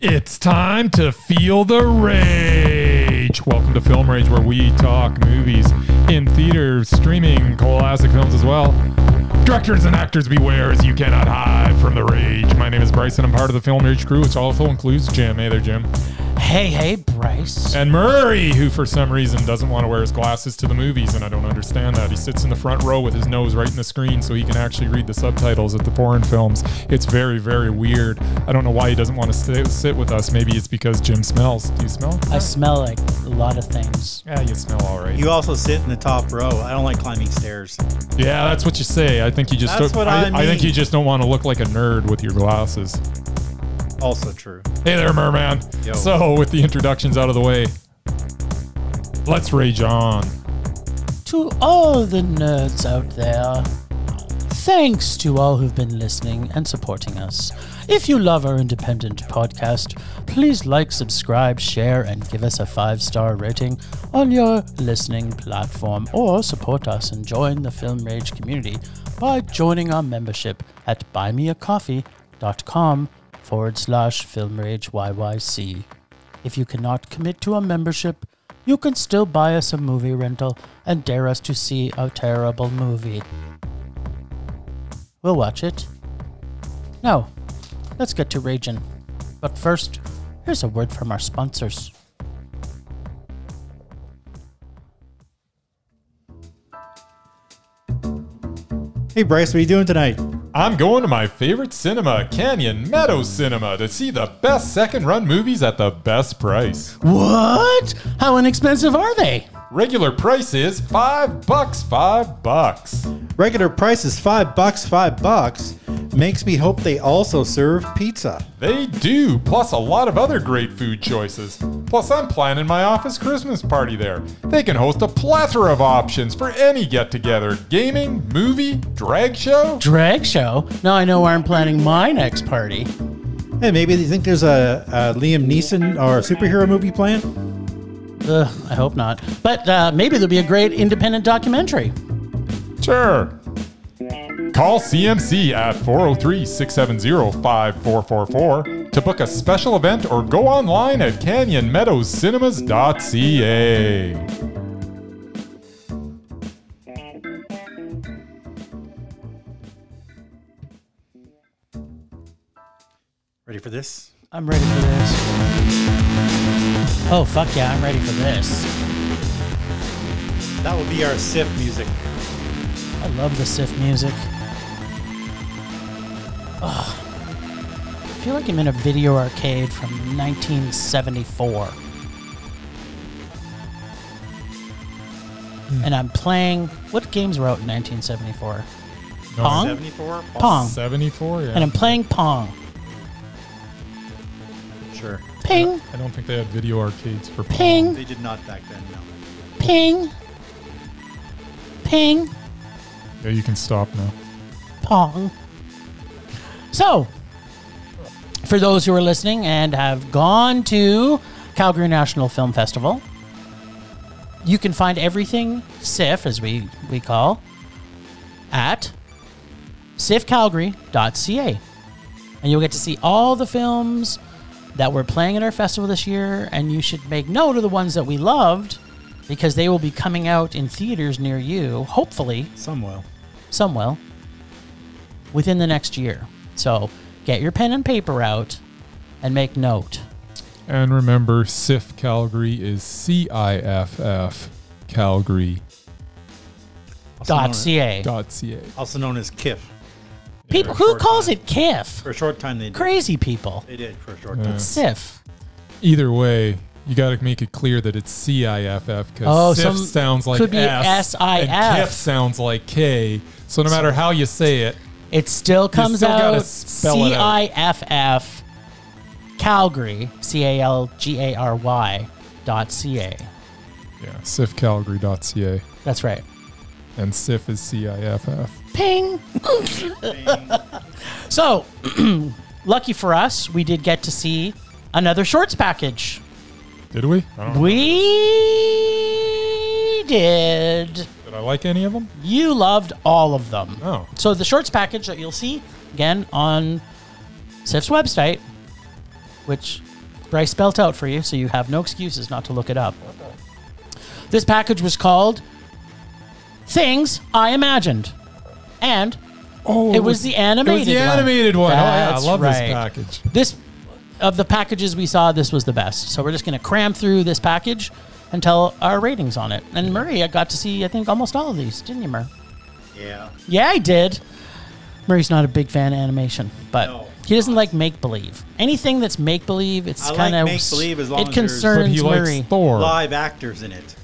It's time to feel the rage. Welcome to Film Rage, where we talk movies in theaters, streaming classic films as well. Directors and actors beware as you cannot hide from the rage. My name is Bryson. I'm part of the Film Rage crew, which also includes Jim. Hey there, Jim. Hey, hey, Bryce. And Murray, who for some reason doesn't want to wear his glasses to the movies, and I don't understand that. He sits in the front row with his nose right in the screen so he can actually read the subtitles at the foreign films. It's very, very weird. I don't know why he doesn't want to sit, sit with us. Maybe it's because Jim smells. Do you smell? I smell like a lot of things. Yeah, you smell all right. You also sit in the top row. I don't like climbing stairs. yeah, that's what you say. I think you just That's what I think mean. you just don't want to look like a nerd with your glasses. Also true. Hey there, Merman. Yo. So, with the introductions out of the way, let's rage on. To all the nerds out there, thanks to all who've been listening and supporting us. If you love our independent podcast, please like, subscribe, share, and give us a five star rating on your listening platform, or support us and join the Film Rage community by joining our membership at buymeacoffee.com forward slash Film Rage YYC. If you cannot commit to a membership, you can still buy us a movie rental and dare us to see a terrible movie. We'll watch it. Now, let's get to raging. But first, here's a word from our sponsors. Hey Bryce, what are you doing tonight? I'm going to my favorite cinema, Canyon Meadow Cinema, to see the best second run movies at the best price. What? How inexpensive are they? Regular price is five bucks, five bucks. Regular price is five bucks, five bucks. Makes me hope they also serve pizza. They do, plus a lot of other great food choices. Plus, I'm planning my office Christmas party there. They can host a plethora of options for any get together gaming, movie, drag show. Drag show? Now I know where I'm planning my next party. Hey, maybe you think there's a, a Liam Neeson or a superhero movie planned? Ugh, I hope not. But uh, maybe there'll be a great independent documentary. Sure. Call CMC at 403 670 5444 to book a special event or go online at canyonmeadowscinemas.ca. Ready for this? I'm ready for this. Oh, fuck yeah, I'm ready for this. That will be our SIF music. I love the Sif music. Ugh. I feel like I'm in a video arcade from 1974. And I'm playing. What games were out in 1974? Pong? 74? Pong. 74? Yeah. And I'm playing Pong. Sure. Ping, I don't think they had video arcades for Pong. ping, They did not back then, no. ping, ping. Yeah, you can stop now. Pong. So, for those who are listening and have gone to Calgary National Film Festival, you can find everything SIF, as we, we call, at sifcalgary.ca. And you'll get to see all the films that we're playing at our festival this year, and you should make note of the ones that we loved because they will be coming out in theaters near you, hopefully Some will. some will, within the next year. So get your pen and paper out and make note. And remember, CIF Calgary is C I F F Calgary Also known, Dot .ca. dot ca. also known as KIF. People who calls it KIF? For a short time, they did. Crazy people. They did for a short time. SIF. Either way, you got to make it clear that it's C I F F because Oh, SIF some- sounds like could be S SIF. and KIF sounds like K. So no matter how you say it, It still comes still gotta out spell it C out. I F F Calgary C A L G A R Y dot C A. yeah, sifcalgary.ca That's right. and SIF is C I F F. Ping. so, lucky for us, we did get to see another shorts package. Did we? I don't know. We did. Did I like any of them? You loved all of them. No. So the shorts package that you'll see again on SIF's website, which Bryce spelt out for you, so you have no excuses not to look it up. This package was called Things I Imagined. And Oh, it was the animated It was the one. animated one. That's oh yeah, I love right. this package. This of the packages we saw, this was the best. So we're just gonna cram through this package and tell our ratings on it. And Murray, I got to see I think almost all of these, didn't you, Murray? Yeah. Yeah, I did. Murray's not a big fan of animation, but No. he doesn't like make believe. Anything that's make believe, it's I like kind of make-believe as long it as there's- But concerns he Murray. likes Thor. Live actors in it.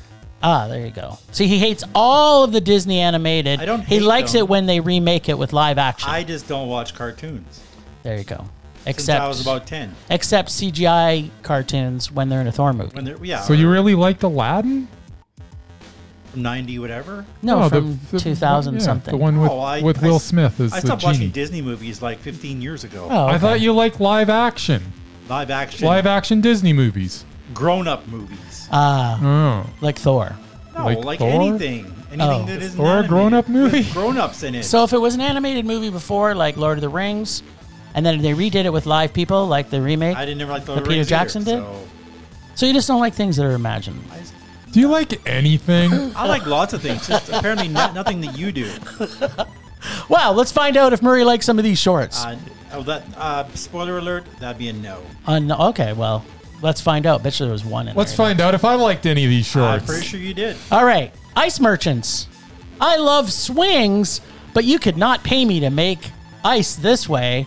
ah, there you go. See, he hates all of the Disney animated. I don't he hate likes them. it when they remake it with live action. I just don't watch cartoons there you go. since Except I was about ten. except CGI cartoons when they're in a Thor movie. When they're yeah, So you really liked Aladdin? Oh, ninety whatever. no, the- from the- 2000 yeah, something. The one with, Oh, I- with I Will s- Smith is I the stopped watching genie. Disney movies like 15 years ago. Oh, I okay. thought you liked live action, Live action, live action Disney movies. grown-up movies. ah Oh, like Thor. no, like like, Thor? anything, anything Oh. that isn't Thor a grown-up animated with movie? grown-ups in it. So if it was an animated movie before, like Lord of the Rings, and then they redid it with live people, like the remake. I didn't never like Lord That of the Peter Rings Jackson either, did? so So you just don't like things that are imagined. I, just- do you like anything? I like lots of things. Just apparently not, nothing that you do. Wow, let's find out if Murray likes some of these shorts. Uh, oh, that uh, spoiler alert. That'd be a no. On okay, well, let's find out. Bet you there was one in Let's there. find out if I liked any of these Uh, I'm shorts. pretty sure you did. All right, ice merchants. I love swings, but you could not pay me to make ice this way.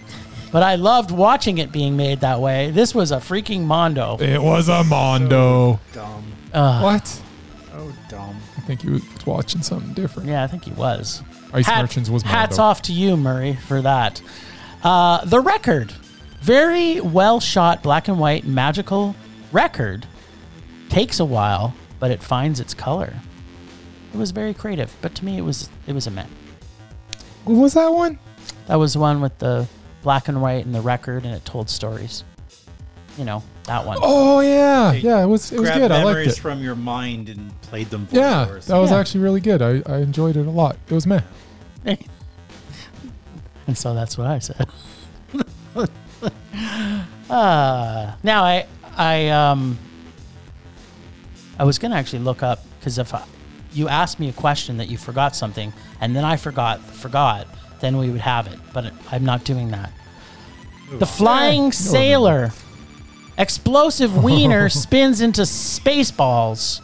But I loved watching it being made that way. This was a freaking mondo. It was a Mondo. Dumb. what? Oh, dumb. I think he was watching something different. Yeah, I think he was. Ice Merchants was Mondo. Hats off to you, Murray, for that. Uh, the record, very well shot, black and white, magical record. Takes a while, but it finds its color. It was very creative, but to me, it was it was a meh. What was that one? That was the one with the black and white and the record, and it told stories. You know that one. Oh yeah, yeah. It was it was Grab good. I liked memories it. from your mind and played them for Yeah, yours. that was Yeah. actually really good. I, I enjoyed it a lot. It was meh. and so that's what I said. uh, now I I um I was gonna actually look up because if I, you asked me a question that you forgot something and then I forgot forgot then we would have it but I'm not doing that. The flying sailor, explosive wiener spins into space balls.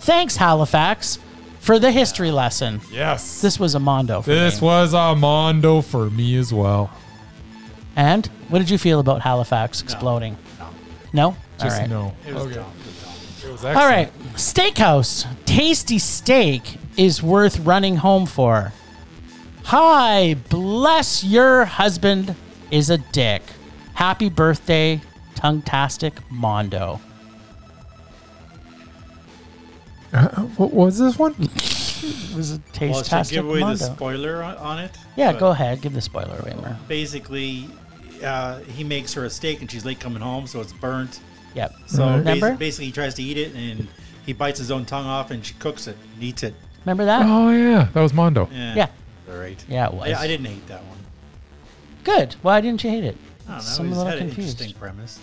Thanks Halifax for the history lesson. Yes. This, This was a mondo. For me. was a Mondo for me as well. And what did you feel about Halifax exploding? No. Just All right. no. It was dumb. It was All right. Steakhouse. Tasty steak is worth running home for. Hi, bless your husband is a dick. Happy birthday, tongue-tastic Mondo. What was this one? It was a Well, should I taste-tastic give away Mondo. the spoiler on, on it? yeah, But go ahead. Give the spoiler away, Mer. Basically, uh, he makes her a steak and she's late coming home, so it's burnt. Yep. So basi- Mm-hmm. remember? basically, he tries to eat it and he bites his own tongue off and she cooks it and eats it. Eh, Remember that? Oh yeah, that was Mondo. Yeah. All right. Yeah, it was. I, I didn't hate that one. Good. Why didn't you hate it? I don't know. So I'm a it just little had an confused. interesting premise.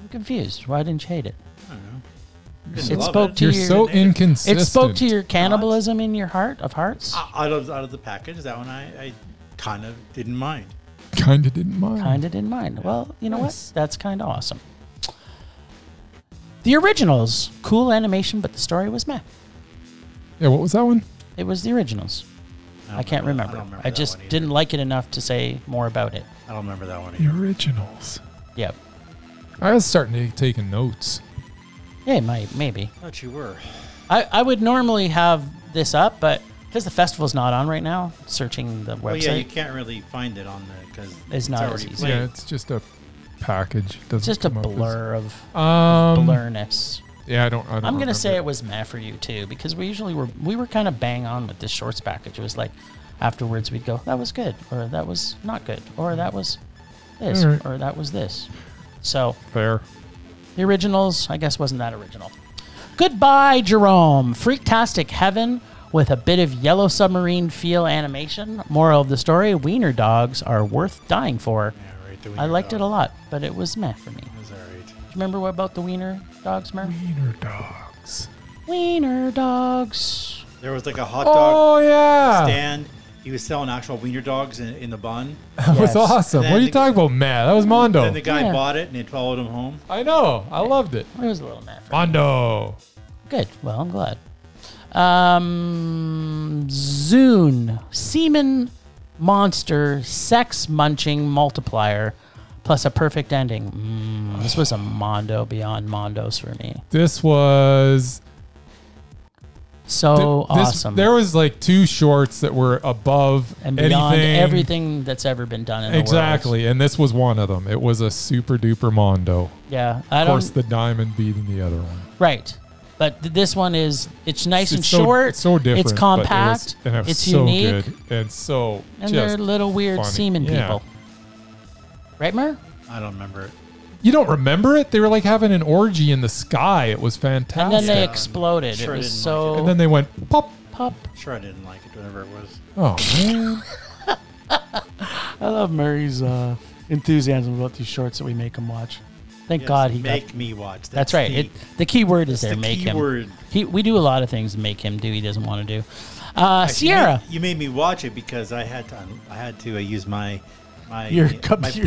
I'm confused. Why didn't you hate it? I don't know. Didn't It love spoke to You're your- so It spoke inconsistent. It spoke to your cannibalism in your heart of hearts. O- out of out of the package. That one I, I kind of didn't mind. Kinda didn't mind. Kind of didn't mind. Well, you know Nice. what? That's kind of awesome. The originals, cool animation, but the story was meh. Yeah. What was that one? It was the originals. don't I can't remember. I, don't that just one either. didn't like it enough to say more about it. I don't remember that one. The Either. originals. Yep. I was starting to take notes. Yeah, it might maybe. I thought you were. I, I would normally have this up, but because the festival's not on right now, searching the website. Well, Oh, yeah, you can't really find it on the because It's not as already easy. played. Yeah, it's just a package. It it's Doesn't just a come up as- blur of Um, blurriness. Yeah, I don't. I don't I'm gonna say remember. it was meh for you too, because we usually were we were kind of bang on with this shorts package. It was like afterwards we'd go, that was good, or that was not good, or that was this, Alright. or that was this. So fair. the originals, I guess, wasn't that original. Goodbye, Jerome. Freaktastic heaven with a bit of yellow submarine feel animation. Moral of the story: Wiener dogs are worth dying for. Yeah, right, the I wiener liked it dog. a lot, but it was meh for me. It was all right. Remember what about the wiener dogs, Mer? Wiener dogs. Wiener dogs. There was like a hot Oh dog yeah, stand. He was selling actual wiener dogs in, in the bun. that was Yes. awesome. Then What are you the- talking about, Matt? That was Mondo. Then the guy Oh. Yeah. bought it and it followed him home. I know. I loved it. It was a little mad. Mondo. Good. Well, I'm glad. Um, Zune, semen monster, sex munching multiplier, plus a perfect ending. Mm, this was a mondo beyond mondos for me. This was So Th- this- Oh, awesome. There was like two shorts that were above and beyond anything. everything that's ever been done in the world. Exactly, and this was one of them. It was a super duper mondo. Yeah, I Of course, don't. the diamond beating the other one. right, but th- this one is it's nice and it's so, short. It's so different. It's but it was- compact. and it was it's so unique, good, and so and just they're little weird funny. semen Yeah. people. Right, Mer? I don't remember it. you don't remember it. They were like having an orgy in the sky. It was And fantastic. then they Yeah. exploded. Sure it was didn't so And then they went pop. pop. Sure, I didn't like it, whatever it was. Oh man, I love Murray's uh, enthusiasm about these shorts that we make him watch. Thank Yes, God he make got. me watch. That's right. the- It, the key word is there. the make key him. word. He, we do a lot of things to make him do. He doesn't want to do. Uh, Actually, Sierra. You, you made me watch it because I had to. I had to uh, use my my Your my computer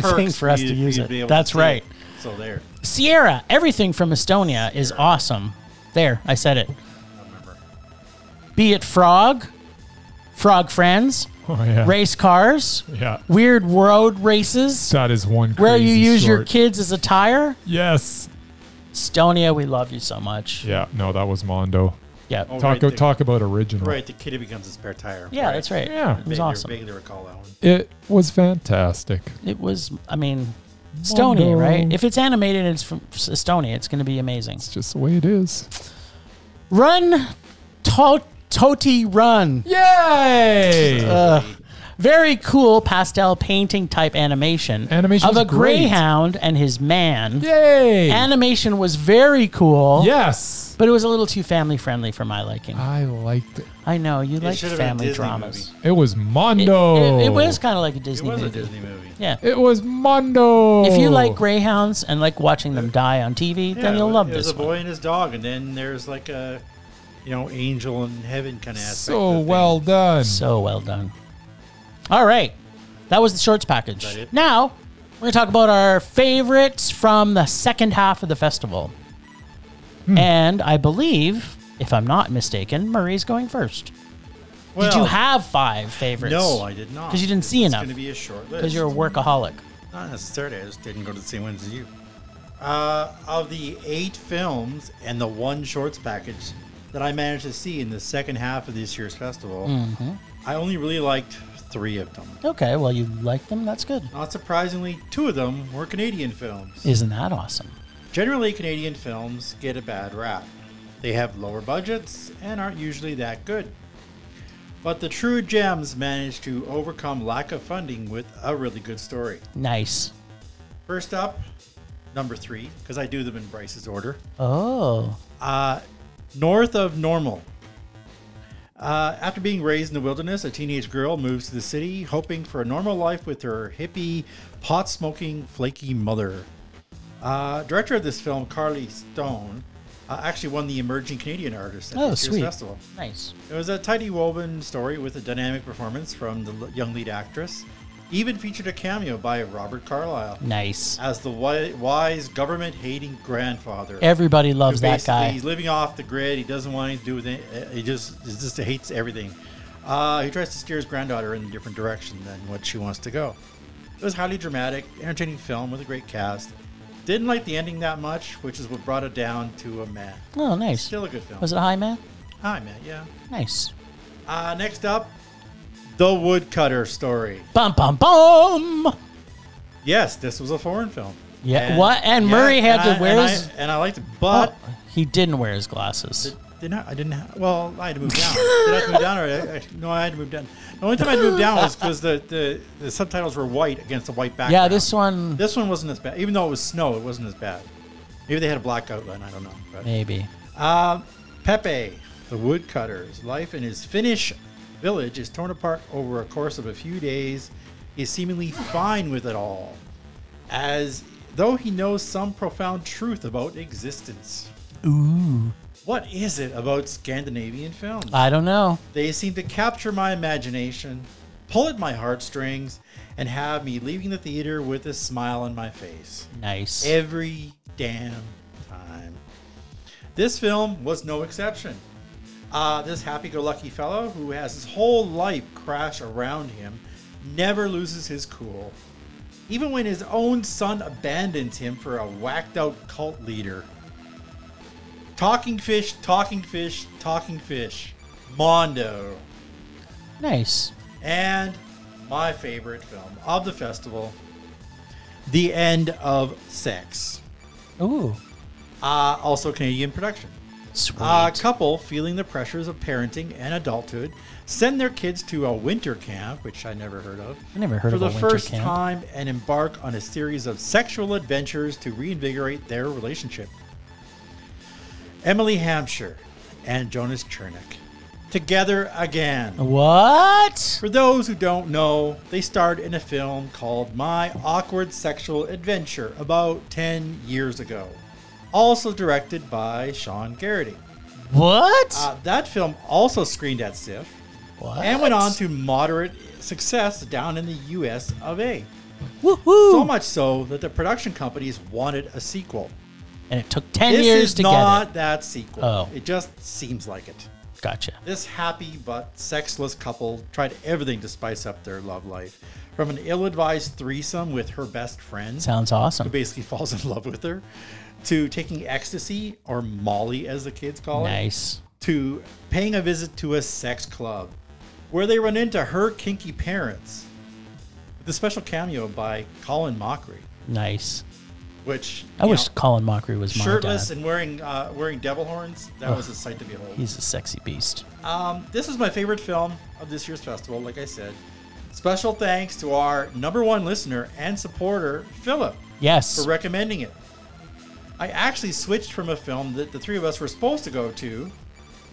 perks thing for us to you- use you it. be able That's see right. it. So there. Sierra, everything from Estonia is awesome. There, I said it. Be it Frog, Frog Friends, oh yeah, race cars, yeah. weird road races, That is one. where you crazy use your short. kids as a tire. Yes. Estonia, we love you so much. Yeah. No, that was Mondo. Yeah. Oh, Talk right, the, talk about original. Right, the kitty becomes a spare tire. Yeah, that's right. Yeah. It was Vaguely- awesome. Vaguely recall that one. It was fantastic. It was, I mean, Estonia, Mondo. right? If it's animated and it's from Estonia, it's going to be amazing. It's just the way it is. Run, to- Toti Run. Yay! Very cool pastel painting type animation. Animation's Of a great. greyhound and his man. Yay! Animation was very cool. yes, But it was a little too family friendly for my liking. I liked it. I know you like should have been a family Disney dramas. It was It, Mondo. it- it was kind of like a It Disney was movie. a Disney movie. Yeah. It was Mondo. If you like greyhounds and like watching them die on TV, Yeah, then you'll it- love it was this a one. boy and his dog, and then there's like a, you know, angel in heaven kind of aspect. of the so thing. well done. So well done. All right. That was the shorts package. That it? Now, we're going to talk about our favorites from the second half of the festival. And I believe, if I'm not mistaken, Murray's going first. Well, Did you have five favorites? No, I did not. 'Cause you didn't see it's enough. It's going to be a short list. Because you're a workaholic. Not necessarily. I just didn't go to the same ones as you. Uh, of the eight films and the one shorts package that I managed to see in the second half of this year's festival, Mm-hmm. I only really liked three of them. Okay, well, you like them. That's good. Not surprisingly, two of them were Canadian films. Isn't that awesome? Generally, Canadian films get a bad rap. They have lower budgets and aren't usually that good. But the true gems manage to overcome lack of funding with a really good story. Nice. First up, number three, because I do them in Bryce's order. Oh, Uh, north of normal. Uh, after being raised in the wilderness, a teenage girl moves to the city, hoping for a normal life with her hippie, pot smoking, flaky mother. Uh, director of this film, Carly Stone, uh, actually won the Emerging Canadian Artist at Oh, this sweet. year's festival. nice. It was a tightly woven story with a dynamic performance from the l- young lead actress. Even featured a cameo by Robert Carlyle Nice. as the wi- wise, government-hating grandfather Everybody loves who that basically guy. He's living off the grid. He doesn't want anything to do with it. Uh, He just he just hates everything. Uh, he tries to steer his granddaughter in a different direction than what she wants to go. It was a highly dramatic, entertaining film with a great cast. Didn't like the ending that much, which is what brought it down to a man. Oh, nice. Still a good film. Was it a high man? Hi, Matt. Yeah. Nice. Uh, next up, The Woodcutter Story. Bum bum Uh, bum. Yes, this was a foreign film. Yeah, what? And Murray had to I- wear and I- his- and I liked it, but Oh, he didn't wear his glasses. Did not, I didn't have, well, I had to move down. Did I have to move down or I, I, no, I had to move down. The only time I had to move down was because the, the, the subtitles were white against a white background. Yeah, this one This one wasn't as bad. Even though it was snow, it wasn't as bad. Maybe they had a black outline. I don't know. But. maybe. Uh, Pepe, the woodcutter's life in his Finnish village is torn apart over a course of a few days. He is seemingly fine with it all, as though he knows some profound truth about existence. Ooh. What is it about Scandinavian films? I don't know. They seem to capture my imagination, pull at my heartstrings, and have me leaving the theater with a smile on my face. Nice. Every damn time. This film was no exception. Uh, this happy go lucky fellow who has his whole life crash around him never loses his cool. Even when his own son abandons him for a whacked out cult leader. Talking fish, talking fish, talking fish. Mondo. nice. And my favorite film of the festival The End of Sex. Ooh. Uh, also, Canadian production. Sweet. A couple feeling the pressures of parenting and adulthood send their kids to a winter camp, which I never heard of. I never heard for of the a winter first camp. time, and embark on a series of sexual adventures to reinvigorate their relationship. Emily Hampshire and Jonas Chernick together again. what? For those who don't know, they starred in a film called My Awkward Sexual Adventure about 10 years ago, also directed by Sean Garrity. What? Uh, that film also screened at SIFF what? and went on to moderate success down in the US of A. Woohoo! So much so that the production companies wanted a sequel. and it took 10 this years is to not that sequel. Oh. It just seems like it. get it. Gotcha. This happy but sexless couple tried everything to spice up their love life. From an ill advised threesome with her best friend, Sounds awesome. who basically falls in love with her, to taking ecstasy, or Molly as the kids call it, Nice. to paying a visit to a sex club where they run into her kinky parents. The special cameo by Colin Mockery, Nice. which I you wish know, Colin Mockery was my shirtless dad. and wearing uh, wearing devil horns, that was a sight to behold. He's a sexy beast. Um, this is my favorite film of this year's festival, like I said. Special thanks to our number one listener and supporter, Philip, for Yes. recommending it. I actually switched from a film that the three of us were supposed to go to,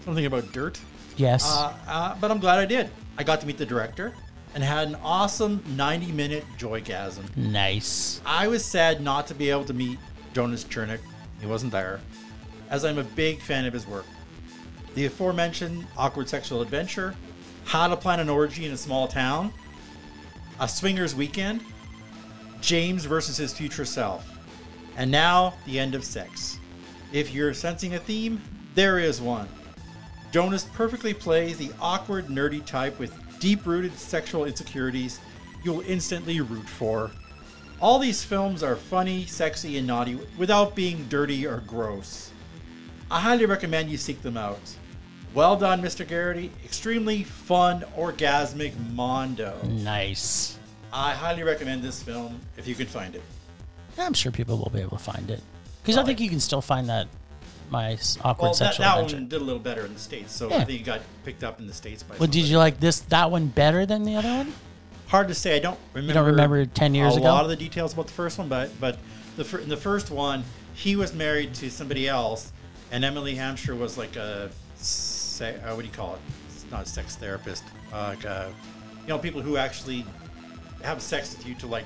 something about dirt, Yes. uh, uh, but I'm glad I did. I got to meet the director and had an awesome 90 minute joygasm. nice. I was sad not to be able to meet Jonas Chernick. He wasn't there, as I'm a big fan of his work. The aforementioned Awkward Sexual Adventure, How to Plan an Orgy in a Small Town, A Swingers Weekend, James versus His Future Self, and now The End of Sex. If you're sensing a theme, there is one. Jonas perfectly plays the awkward, nerdy type with deep rooted sexual insecurities you'll instantly root for. All these films are funny, sexy, and naughty without being dirty or gross. I highly recommend you seek them out. Well done, Mr. Garrity. Extremely fun, orgasmic Mondo. Nice. I highly recommend this film if you can find it. I'm sure people will be able to find it. Because I think you can still find that my s- awkward Well, that, sexual that adventure. one did a little better in the States, so I Yeah. think it got picked up in the States by Well, did somebody. you like this that one better than the other one? hard to say. I don't remember. remember 10 years a ago? lot of the details about the first one, but but the fir- in the first one, he was married to somebody else, and Emily Hampshire was like a se- uh, what do you call it? It's not a sex therapist. Uh, like uh you know, people who actually have sex with you to like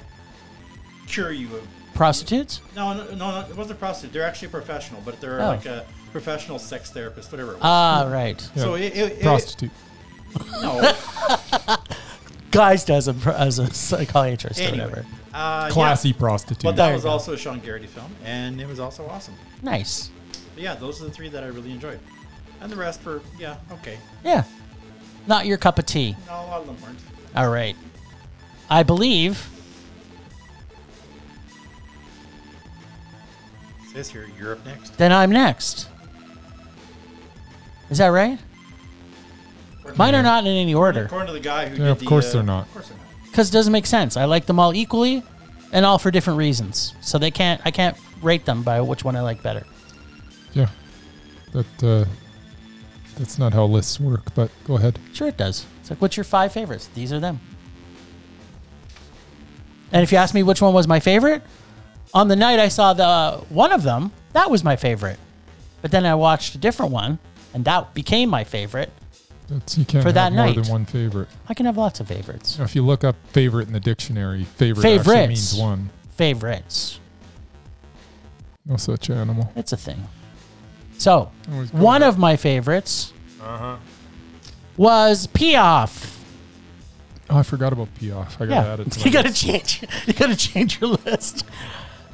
cure you of. Prostitutes? No, no, no, no, it wasn't a prostitute. They're actually a professional, but they're Oh. like a professional sex therapist, whatever. It was. Ah, right. so it, it, it, Prostitute. no. Guised as a pro- as a psychiatrist or anyway, whatever. uh, yeah. Classy prostitute. But that was go. also a Sean Garrity film, and it was also awesome. Nice. But yeah, those are the three that I really enjoyed. And the rest were, yeah, okay. Yeah. Not your cup of tea. No, a lot of them weren't. All right. I believe. It says here, Europe next. Then I'm next. Is that right? Mine are not in any order According to the guy who Yeah, did of the, course uh, they're not. Of course they're not. because it doesn't make sense. I like them all equally, and all for different reasons. So they can't. I can't rate them by which one I like better. yeah. That uh, that's not how lists work. But go ahead. Sure, it does. It's like, what's your five favorites? These are them. And if you ask me which one was my favorite, on the night I saw the uh, one of them, that was my favorite. But then I watched a different one, and that became my favorite. That's, you can't For have that more night. than one favorite. I can have lots of favorites. Now, if you look up favorite in the dictionary, favorite actually Favorites. means one. Favorites. No such animal. It's a thing. So, Always good. one of my favorites was Piaf. Oh, I forgot about Piaf. I gotta Yeah, add it. To my you gotta change. You gotta change your list.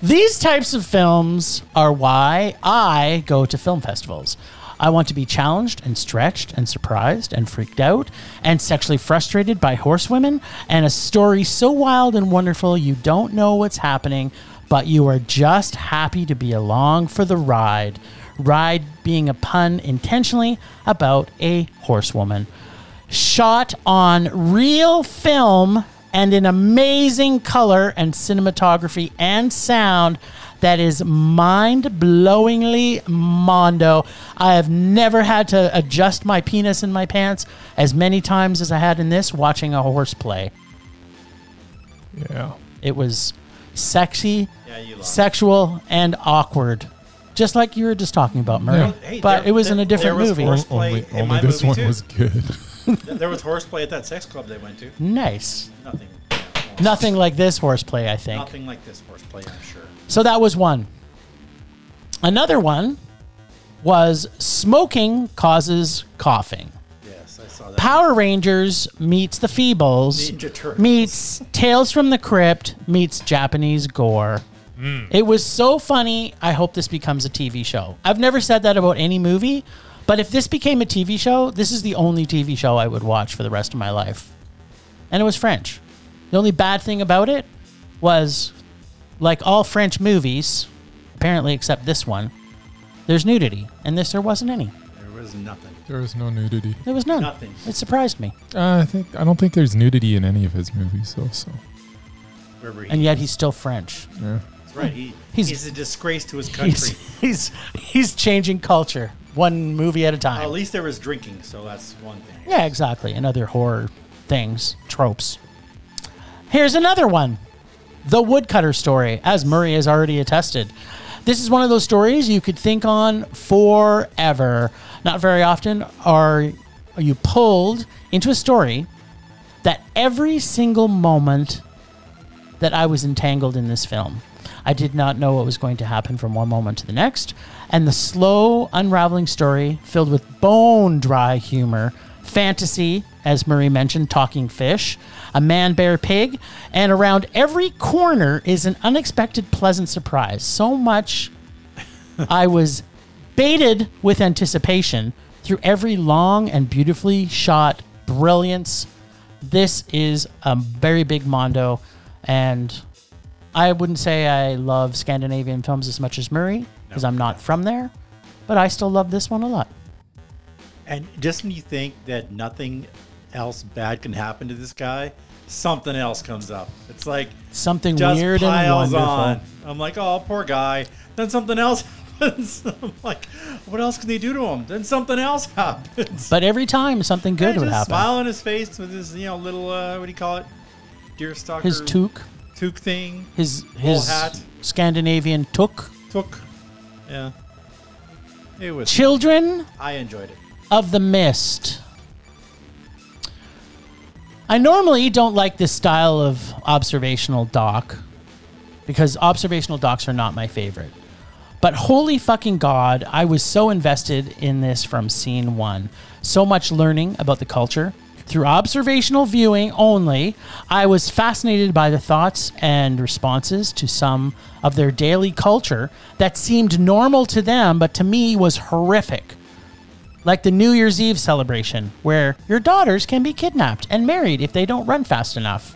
These types of films are why I go to film festivals. I want to be challenged and stretched and surprised and freaked out and sexually frustrated by horsewomen and a story so wild and wonderful you don't know what's happening, but you are just happy to be along for the ride. Ride being a pun intentionally about a horsewoman shot on real film and in amazing color and cinematography and sound that is mind blowingly mondo. I have never had to adjust my penis in my pants as many times as I had in this watching a horse play. list. Yeah. It was sexy, Yeah, you lost. sexual, and awkward. Just like you were just talking about, Murray. Yeah. Hey, but there- it was there- in a there different was movie. horse- Horseplay Only, in only my this movie one too. was good. There was horseplay at that sex club they went to. Nice. Nothing. Nothing like this horseplay, I think. Nothing like this horseplay, I'm sure. So that was one. Another one was smoking causes coughing. Yes, I saw that. Power Rangers meets the Feebles Ninja Turtles. meets Tales from the Crypt meets Japanese gore. Hmm. It was so funny. I hope this becomes a TV show. I've never said that about any movie, but if this became a TV show, this is the only TV show I would watch for the rest of my life. And it was French. The only bad thing about it was, like all French movies, apparently except this one, there's nudity, and this there wasn't any. There was nothing. there is no nudity. There was none. Nothing. It surprised me. Uh, I think I don't think there's nudity in any of his movies, though. So Where were he? And yet he's still French. yeah. That's right. He, He's- he's, a disgrace to his country. He's, he's he's changing culture one movie at a time. At least there was drinking, so that's one thing. Yeah, exactly. And other horror things, tropes. Here's another one The Woodcutter Story, as Murray has already attested. This is one of those stories you could think on forever. Not very often are you pulled into a story that every single moment that I was entangled in this film. I did not know what was going to happen from one moment to the next, and the slow, unraveling story filled with bone dry humor, fantasy, as Murray mentioned, talking fish, a man bear pig, and around every corner is an unexpected pleasant surprise. So much I was baited with anticipation through every long and beautifully shot brilliance. This is a very big Mondo, and I wouldn't say I love Scandinavian films as much as Murray because I'm not from there, but I still love this one a lot. And just when you think that nothing else bad can happen to this guy, something else comes up. It's like Something just weird and piles wonderful. on. I'm like, oh, poor guy. Then something else happens. I'm like, what else can they do to him? Then something else happens. But every time something And good he would just happen. Smile on his face with his, you know, little uh, what do you call it? Deer stalker. His toque, toque thing. his Wool his hat. Scandinavian toque. took. Yeah. It was. Children I enjoyed it. of the Mist. I normally don't like this style of observational doc because observational docs are not my favorite. But holy fucking God, I was so invested in this from scene one. So much learning about the culture. Through observational viewing only, I was fascinated by the thoughts and responses to some of their daily culture that seemed normal to them, but to me was horrific like the New Year's Eve celebration, where your daughters can be kidnapped and married if they don't run fast enough,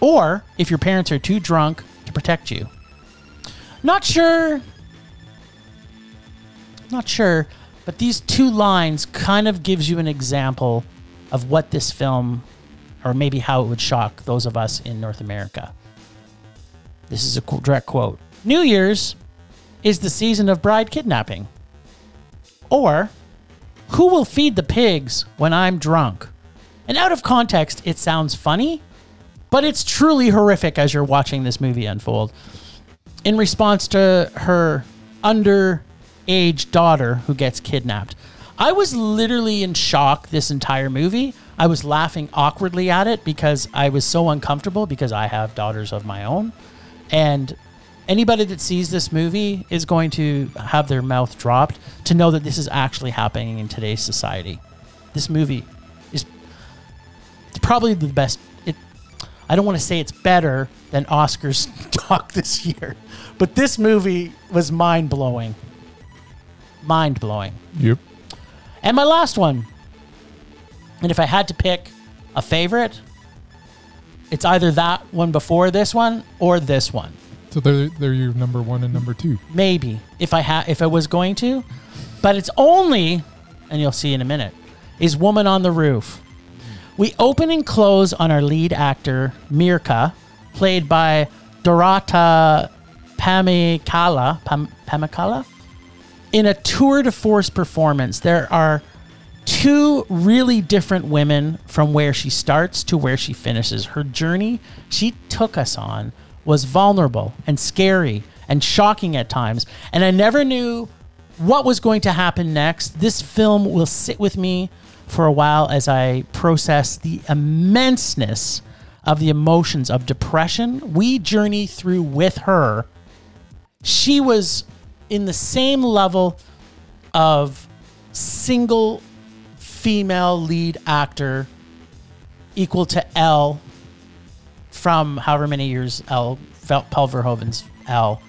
or if your parents are too drunk to protect you. Not sure. Not sure, but these two lines kind of gives you an example of what this film or maybe how it would shock those of us in North America. This is a qu- direct quote. New Year's is the season of bride kidnapping. Or, who will feed the pigs when I'm drunk? And out of context, it sounds funny, but it's truly horrific as you're watching this movie unfold. In response to her underage daughter who gets kidnapped, I was literally in shock this entire movie. I was laughing awkwardly at it because I was so uncomfortable because I have daughters of my own. And anybody that sees this movie is going to have their mouth dropped to know that this is actually happening in today's society. This movie is it's probably the best. It, I don't want to say it's better than Oscars talk this year, but this movie was mind blowing. Mind blowing. Yep. And my last one. And if I had to pick a favorite, it's either that one before this one or this one. So they're they're your number one and number two. Maybe if I ha- if I was going to, but it's only, and you'll see in a minute, is Woman on the Roof. We open and close on our lead actor Mirka, played by Dorata Pamikala, Pam- Pamikala, in a tour de force performance. There are two really different women from where she starts to where she finishes. Her journey she took us on was vulnerable and scary and shocking at times. And I never knew what was going to happen next. This film will sit with me for a while as I process the immenseness of the emotions of depression we journey through with her. She was in the same level of single female lead actor equal to L from however many years L Vel- Paul Verhoeven's L,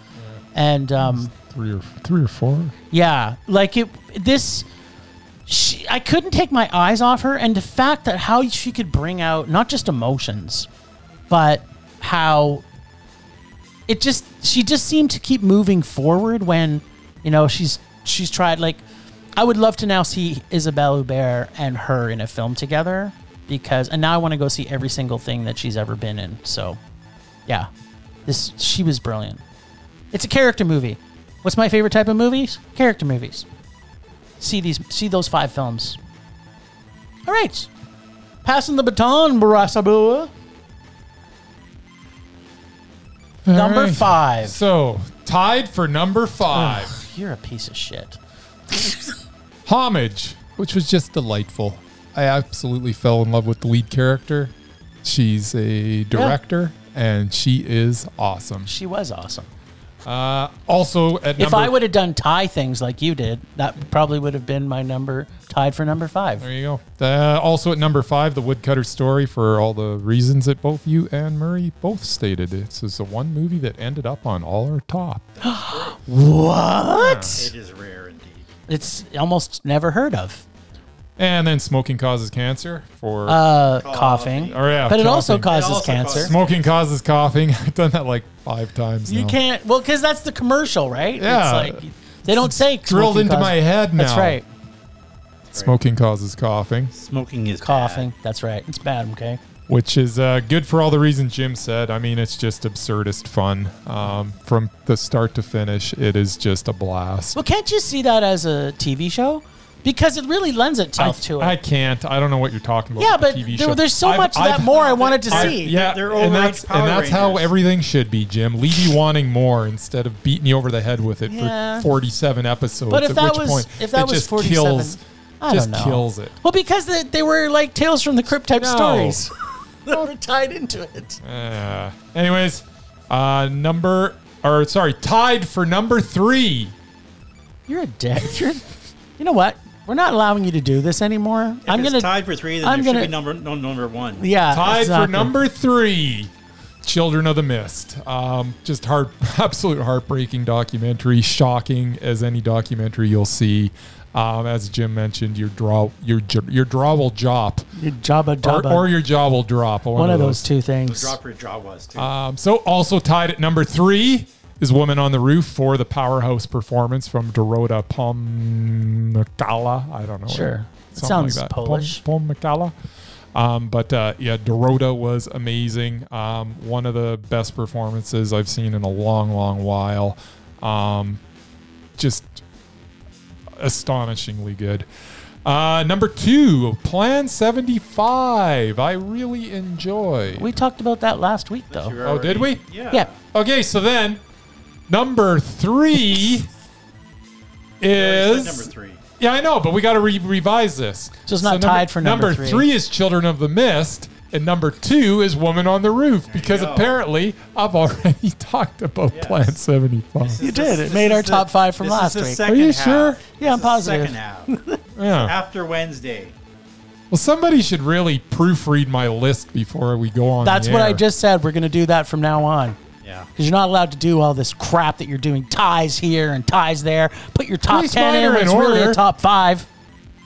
and um, Three or three or four. yeah, like it. This, she, I couldn't take my eyes off her, and the fact that how she could bring out not just emotions, but how it just she just seemed to keep moving forward when you know she's she's tried like I would love to now see Isabelle Hubert and her in a film together because and now I want to go see every single thing that she's ever been in. So, yeah. This she was brilliant. It's a character movie. What's my favorite type of movies? Character movies. See these see those five films. All right. Passing the baton, Barasabua. Number Alright. five. So tied for number five, You're a piece of shit. homage, which was just delightful. I absolutely fell in love with the lead character. She's a director, and she is awesome. She was awesome. Uh, also at number If I would have done tie things like you did, that probably would have been my number tied for number five. There you go. Uh, also at number five, the woodcutter story for all the reasons that both you and Murray both stated. This is the one movie that ended up on all our top. What? It is rare indeed. It's almost never heard of. And then smoking causes cancer for Uh, coughing. Oh, yeah, but it also coughing. causes It also cancer. causes- smoking causes coughing. I've done that like five times. You now. can't. Well, because that's the commercial, right? Yeah. It's like they don't say drilled smoking into causes- my head That's now. right. Smoking causes coughing, Smoking is Coughing. That's right. It's bad. Okay. which is uh, good for all the reasons Jim said. I mean, it's just absurdist fun um, from the start to finish. It is just a blast. Well, can't you see that as a TV show? Because it really lends itself to it. I can't. I don't know what you're talking about. yeah, with but the TV there, show. there's so I've- much I've- that more I wanted to I've- see. yeah, They're and overage that's Power and that's how Rangers. everything should be, Jim. Leave you wanting more instead of beating you over the head with it Yeah. for 47 episodes. But if at that which was point if that it was just 47, kills, I just don't know. kills it. Well, because they, they were like tales from the crypt type No. stories that were tied into it. Uh, anyways, uh, number or sorry, tied for number three. You're a dick. You're, you know what? We're not allowing you to do this anymore. I'm I'm it's gonna. tied for three. Then I'm there should gonna- be number no, number one. yeah. Tied for Uh, exactly. number three, Children of the Mist. Um, just heart, absolute heartbreaking documentary, shocking as any documentary you'll see. Um, as Jim mentioned, your draw, your j- your draw will drop, Your Jabba or, Dabba. or your jaw will drop. one of those two things. Drop your jaw was too. Um, so also tied at number three is Woman on the Roof for the powerhouse performance from Dorota Pomykala. I don't know. Sure. It Something sounds like that. Polish. Pom- Pomykala. Um, but uh, yeah, Dorota was amazing. Um, one of the best performances I've seen in a long, long while. Um, just astonishingly good. Uh, number two, Plan 75. I really enjoy. We talked about that last week, You though. were oh, did already- we? Yeah. Yeah. Okay, so then number three You already said is number three. yeah, I know, but we got to re- revise this. So it's not tied for number three. is Children of the Mist, And number two is Woman on the Roof because go. apparently I've already talked about Yes. Plan 75. You This did. is- It made this our is top five from this is last the week. Are you second half. sure? This Yeah, I'm is the positive. Second half. Yeah. After Wednesday. Well, somebody should really proofread my list before we go on. That's the what I air. just said. We're going to do that from now on. Yeah. Because you're not allowed to do all this crap that you're doing ties here and ties there. Put your top At least 10 mine in are when in it's really a order. top five.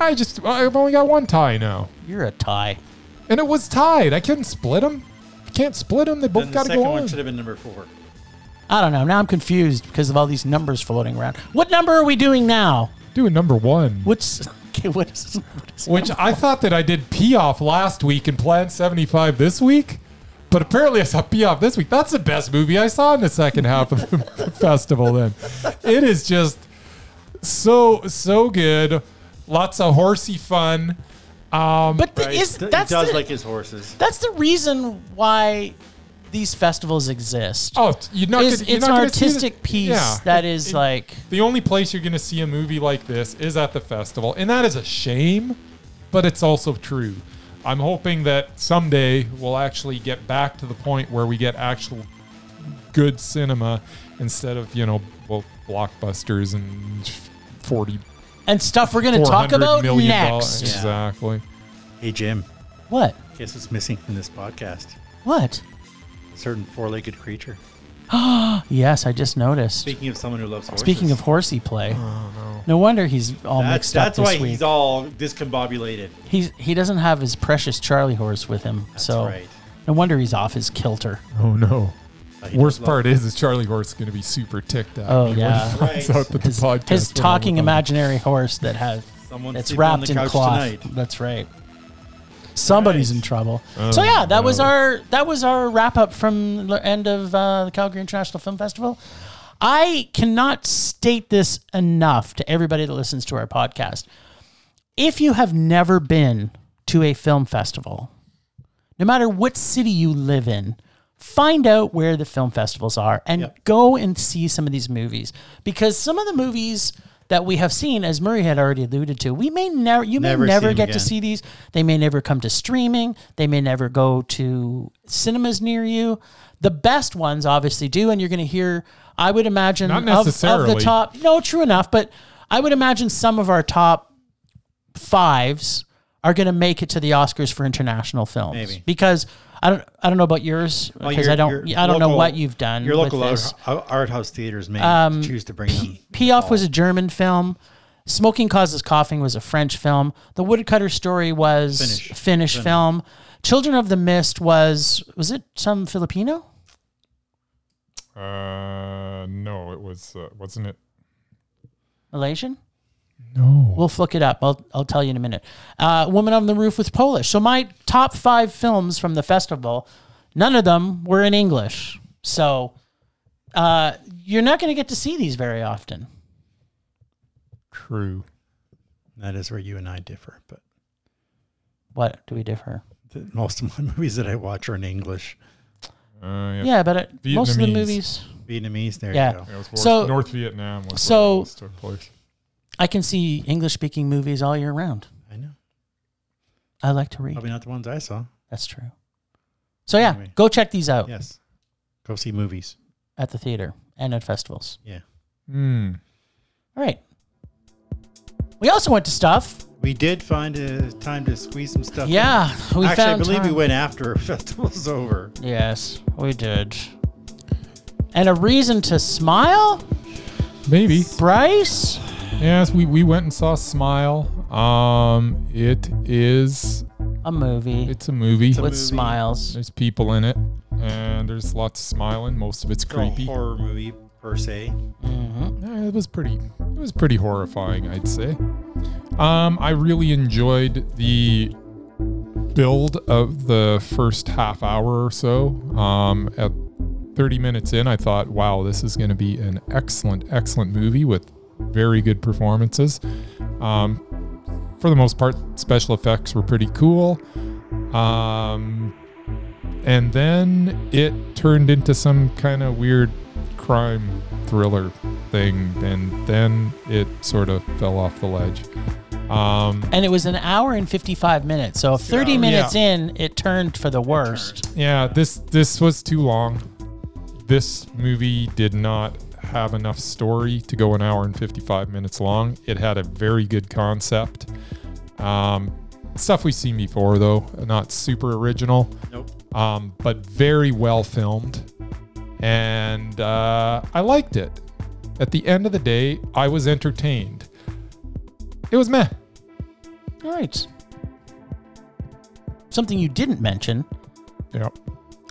I just. I've only got one tie now, You're a tie. and it was tied. I couldn't split them. You can't split them. They both Then the got to go second on. one should have been number four. I don't know. Now I'm confused because of all these numbers floating around. What number are we doing now? Doing number one, What's. Okay, what is. What is which I thought that I did pee off last week and Plan 75 this week, but apparently I saw pee off this week. That's the best movie I saw in the second half of the festival. Then it is just so so good. Lots of horsey fun. Um, but the, Right? is, He that's, does the, like his horses. that's the reason why these festivals exist. Oh, t- you're not. is gonna, you're it's an not gonna see the- artistic piece Yeah. that is It- like the only place you're going to see a movie like this is at the festival, and that is a shame, but it's also true. I'm hoping that someday we'll actually get back to the point where we get actual good cinema instead of you know well, blockbusters and forty and stuff we're going to four talk hundred about million next. dollars exactly. Hey, Jim. What? Guess what's missing from this podcast? What? A certain four-legged creature. Yes, I just noticed. Speaking of someone who loves horses. Speaking of horsey play, no. wonder he's all that's, mixed up that's this why week. he's all discombobulated. he's he doesn't have his precious Charlie horse with him, so right. no wonder he's off his kilter. Oh no. But he Worst does love part is, is Charlie Horse going to be super ticked at Oh, me when he yeah. finds Right. out that the His, podcast his went over talking time. imaginary horse that has Someone it's sleeping on wrapped the in couch cloth. tonight. That's right. Somebody's Right. Oh, in trouble. so yeah, that was no. our that was our wrap up from the end of uh, the Calgary International Film Festival. I cannot state this enough to everybody that listens to our podcast. If you have never been to a film festival, no matter what city you live in, find out where the film festivals are and Yep. go and see some of these movies because some of the movies that we have seen, as Murray had already alluded to, we may never, you may never, Never see them get to again. see these. They may never come to streaming. They may never go to cinemas near you. The best ones obviously do, and you're going to hear. I would imagine Not of- of, necessarily. the top. No, true enough, but I would imagine some of our top fives are going to make it to the Oscars for international films. Maybe. because I don't I don't know about yours Well, because your- I your don't I don't know local- what you've done. Your local with art, this. Um, art house theaters may choose to bring them. Pee Off Oh. was a German film. Smoking Causes Coughing was a French film. The Woodcutter Story was Finnish. Finnish, film. Children of the Mist was was it some Filipino? Uh, no, it was uh, wasn't it? Malaysian? No. We'll look it up. I'll, I'll tell you in a minute. Uh, Woman on the Roof with Polish. So my top five films from the festival, none of them were in English. So uh, you're not going to get to see these very often. True. That is where you and I differ. But What do we differ? the, most of my movies that I watch are in English. Uh, yeah. Yeah, but uh, most of the Vietnamese. movies, Vietnamese, there Yeah. you go. It was So- North, North Vietnam was so- where this took place. I can see English speaking movies all year round. I know. I like to read. Probably not the ones I saw. That's true. So yeah, Anyway. go check these out Yes. Go see movies. at the theater and at festivals. Yeah. Hmm. All right. We also went to stuff. We did find a time to squeeze some stuff. in. Yeah, we Actually, found I believe time. we went after a festival's over. Yes, we did. And a reason to smile, Maybe. Bryce. Yes, we, we went and saw Smile. Um, it is A movie it's a movie. with movie. smiles. there's people in it, and there's lots of smiling. Most of it's It's not a creepy. horror movie per se. Mm-hmm. Yeah, it was pretty. It was pretty horrifying, I'd say. Um, I really enjoyed the build of the first half hour or so. Um, at 30 minutes in, I thought, "Wow, this is going to be an excellent, excellent movie with very good performances." Um, for the most part, special effects were pretty cool. Um, and then it turned into some kind of weird crime thriller thing, and then it sort of fell off the ledge. Um, and it was an hour and 55 minutes. So 30 minutes in, it turned for the worst. yeah, this this was too long. This movie did not have enough story to go an hour and 55 minutes long. It had a very good concept. Um, stuff we've seen before though, not super original. Nope. um, but very well filmed. And uh, I liked it. At the end of the day, I was entertained. It was meh. All right. Something you didn't mention Yeah.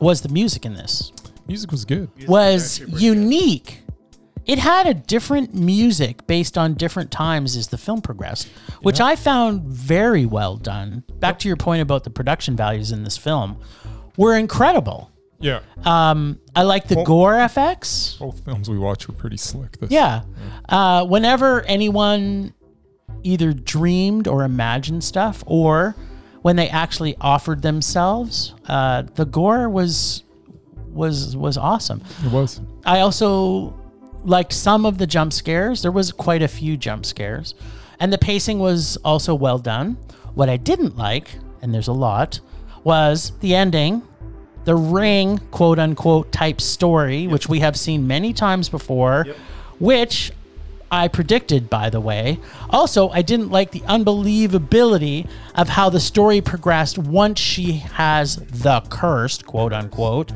was the music in this Music was good. was unique. It had a different music based on different times as the film progressed, which I found very well done. Back to your point about the production values in this film were incredible. Yeah. Um, I like the gore FX. Both films we watched were pretty slick. This Yeah. Uh, whenever anyone either dreamed or imagined stuff, or when they actually offered themselves, uh, the gore was was was awesome. It was. I also liked some of the jump scares. There was quite a few jump scares, and the pacing was also well done. What I didn't like, and there's a lot, was the ending, the ring, quote unquote, type story, which we have seen many times before, which I predicted, by the way. Also, I didn't like the unbelievability of how the story progressed once she has the cursed, quote unquote.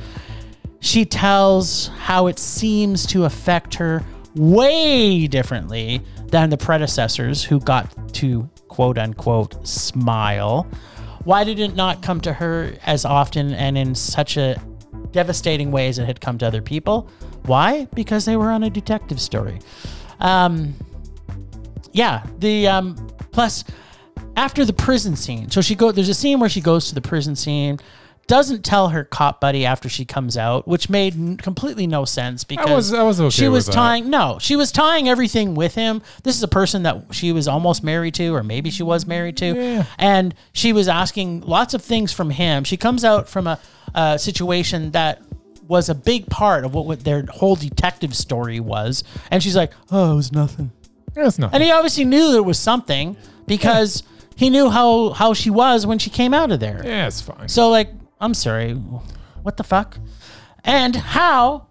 She tells how it seems to affect her way differently than the predecessors who got to quote unquote smile. Why did it not come to her as often and in such a devastating way as it had come to other people? Why? Because they were on a detective story. Um, yeah, the um, plus after the prison scene. So she go there's a scene where she goes to the prison scene, doesn't tell her cop buddy after she comes out, which made n- completely no sense because was- I was okay she with was that. tying no, she was tying everything with him. This is a person that she was almost married to or maybe she was married to Yeah. and she was asking lots of things from him. She comes out from a, a situation that was a big part of what, what their whole detective story was, and she's like, Oh, it was nothing. Yeah, it's not. and he obviously knew there was something because he knew how how she was when she came out of there. yeah, it's fine. So like, I'm sorry, what the fuck? And how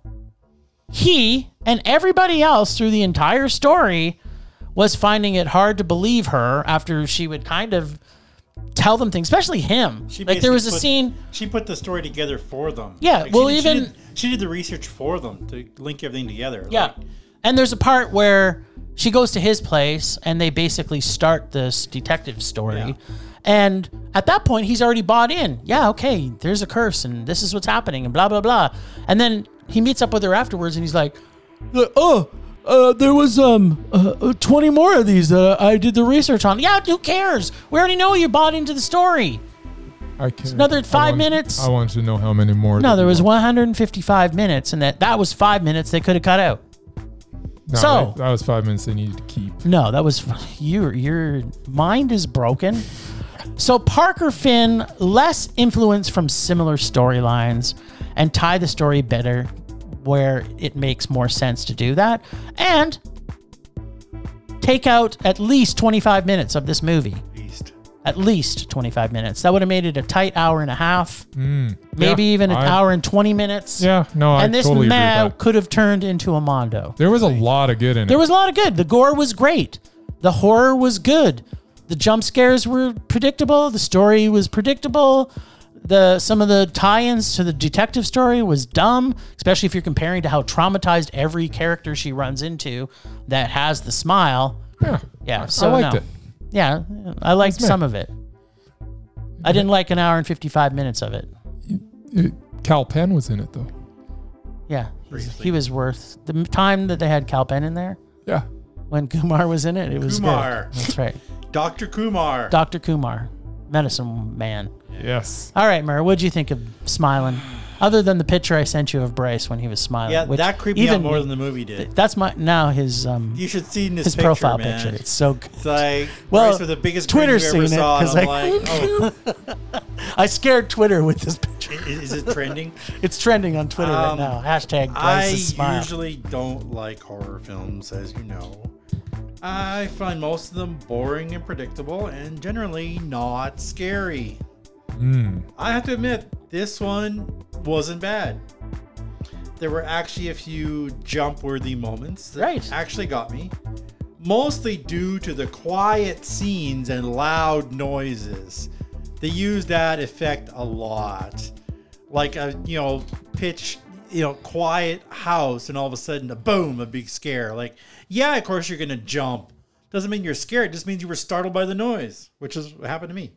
he and everybody else through the entire story was finding it hard to believe her after she would kind of tell them things, especially him. She like there was a basically put- scene She put the story together for them. Yeah, Like, well, she, did- she even- did, she did the research for them to link everything together. Yeah. Like, And there's a part where she goes to his place and they basically start this detective story. Yeah. And at that point, he's already bought in. Yeah, okay, there's a curse and this is what's happening and blah, blah, blah. And then he meets up with her afterwards and he's like, Like, oh, uh, there was um uh, uh, 20 more of these that I did the research research on. Yeah, who cares? We already know you bought into the story. I can't, another I five wanted- minutes. I wanted to know how many more. No, that there you was want. 155 minutes and that, that was five minutes they could have cut out. No, so- that was five minutes they needed to keep. No, that was your your mind is broken. So Parker Finn less influence from similar storylines and tie the story better where it makes more sense to do that and take out at least 25 minutes of this movie. East. At least 25 minutes. That would have made it a tight hour and a half, maybe Mm. Yeah, even an I- hour and 20 minutes. Yeah, no, I and this totally agree man with that. could have turned into a Mondo. There was a lot of good in it. There was a lot of good. The gore was great. The horror was good. The jump scares were predictable. The story was predictable. The some of the tie-ins to the detective story was dumb, especially if you're comparing to how traumatized every character she runs into that has the smile. Yeah, Yeah, I- so I liked no. it. Yeah, I liked meh. some of it. I didn't like an hour and 55 minutes of it. Cal Penn was in it though. Yeah, he's- he was worth the time that they had Calpen in there Yeah, when Kumar was in it. It was Kumar. good. That's right. Dr. Kumar. Dr. Kumar, medicine man. yes. All right, Murray, what'd you think of smiling? Other than the picture I sent you of Bryce when he was smiling. yeah, which that creeped me out even more me- than the movie did. That's my now his um You should see this his picture, profile man. picture. It's so good. It's like Well, well, with the biggest Twitter's Twitter's you seen ever it, saw. and 'cause I'm I- like, oh, I scared Twitter with this picture. i- is it trending? It's trending on Twitter right Um, now. Hashtag I Bryce's smile. usually don't like horror films, as you know. I find most of them boring and predictable and generally not scary. I have to admit, this one wasn't bad. There were actually a few jump worthy moments that Right. actually got me, mostly due to the quiet scenes and loud noises. They use that effect a lot. Like a, you know, pitch, you know, quiet house, and all of a sudden, a boom, a big scare. Like, yeah, of course you're going to jump. Doesn't mean you're scared, just means you were startled by the noise, which is what happened to me.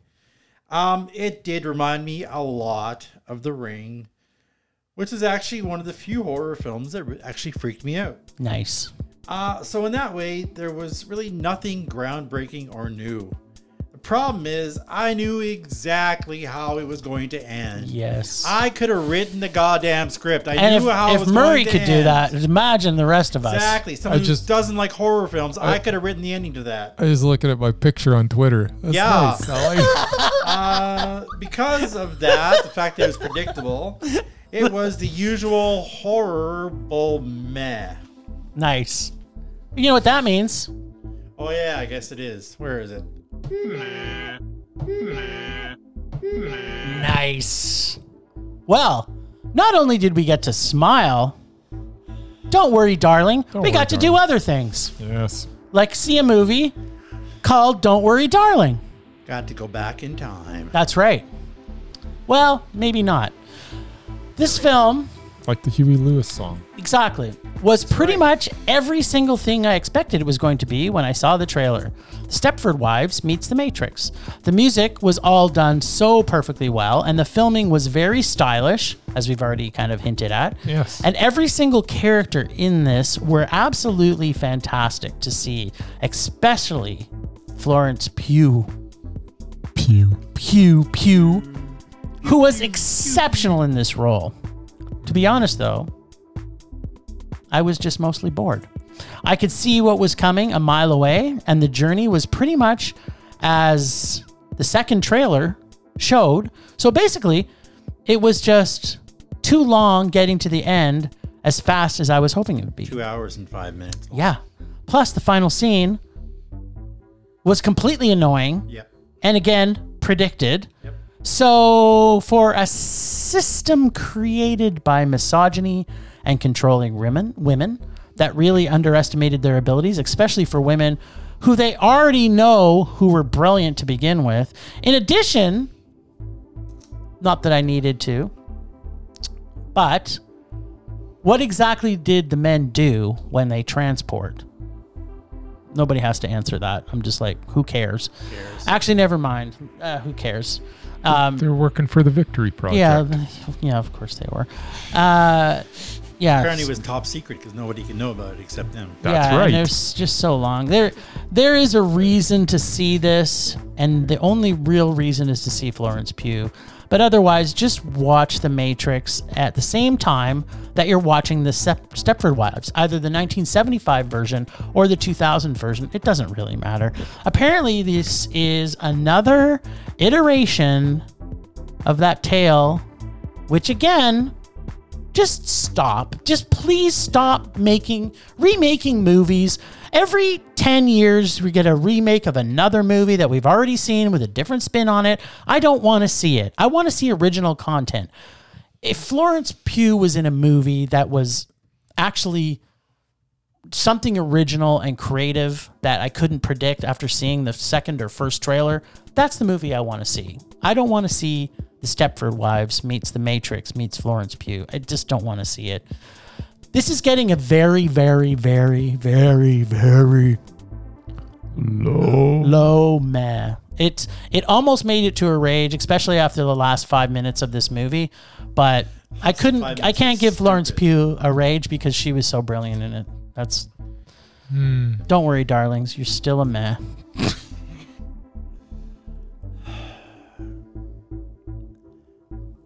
Um, it did remind me a lot of The Ring, which is actually one of the few horror films that re- actually freaked me out. Nice. Uh, so in that way, there was really nothing groundbreaking or new. The problem is, I knew exactly how it was going to end. Yes. I could have written the goddamn script. I and knew how it if, if was Murray going to could do end. that, imagine the rest of us. exactly. Someone just- who doesn't like horror films, I, could have written the ending to that. I was looking at my picture on Twitter. That's Yeah. nice. I like- Uh, because of that, the fact that it was predictable, it was the usual horrible meh. Nice. You know what that means? Oh yeah, I guess it is. Where is it? Nice. Well, not only did we get to smile, don't worry, darling, we worry, got to do darling. other things, yes. like see a movie called Don't Worry, Darling. Got to go back in time. That's right. Well, maybe not. This film, Like the Huey Lewis song. exactly, was pretty much every single thing I expected it was going to be when I saw the trailer. Stepford Wives meets The Matrix. The music was all done so perfectly well, and the filming was very stylish, as we've already kind of hinted at. Yes. And every single character in this were absolutely fantastic to see, especially Florence Pugh. Pew. Pew Pew, who was exceptional in this role. To be honest, though, I was just mostly bored. I could see what was coming a mile away, and the journey was pretty much as the second trailer showed. So basically, it was just too long getting to the end as fast as I was hoping it would be. Two hours and five minutes. Yeah. Plus, the final scene was completely annoying Yep. and again predicted. So, for a system created by misogyny and controlling women, women that really underestimated their abilities, especially for women who they already know who were brilliant to begin with. In addition, not that I needed to, but what exactly did the men do when they transport? Nobody has to answer that. I'm just like, who cares? Actually, never mind. Uh, who cares? Um, They're working for the Victory Project. yeah, th- yeah. Of course they were. Uh, yeah. Apparently, it was top secret because nobody could know about it except them. That's yeah, right. And there's just so long. There, there is a reason to see this, and the only real reason is to see Florence Pugh. But otherwise, just watch The Matrix at the same time that you're watching the Step- Stepford Wives, either the 1975 version or the 2000 version. It doesn't really matter. Apparently, this is another iteration of that tale, which again just stop. Just please stop making remaking movies. Every 10 years we get a remake of another movie that we've already seen with a different spin on it. I don't want to see it. I want to see original content. If Florence Pugh was in a movie that was actually something original and creative that I couldn't predict after seeing the second or first trailer, that's the movie I want to see. I don't want to see The Stepford Wives meets The Matrix meets Florence Pugh. I just don't want to see it. This is getting a very, very, very, very, very Low. low meh. It it almost made it to a rage, especially after the last five minutes of this movie. But I couldn't, Five I can't minutes is give Florence stupid. Pugh a rage because she was so brilliant in it. That's. Don't worry, darlings. You're still a meh.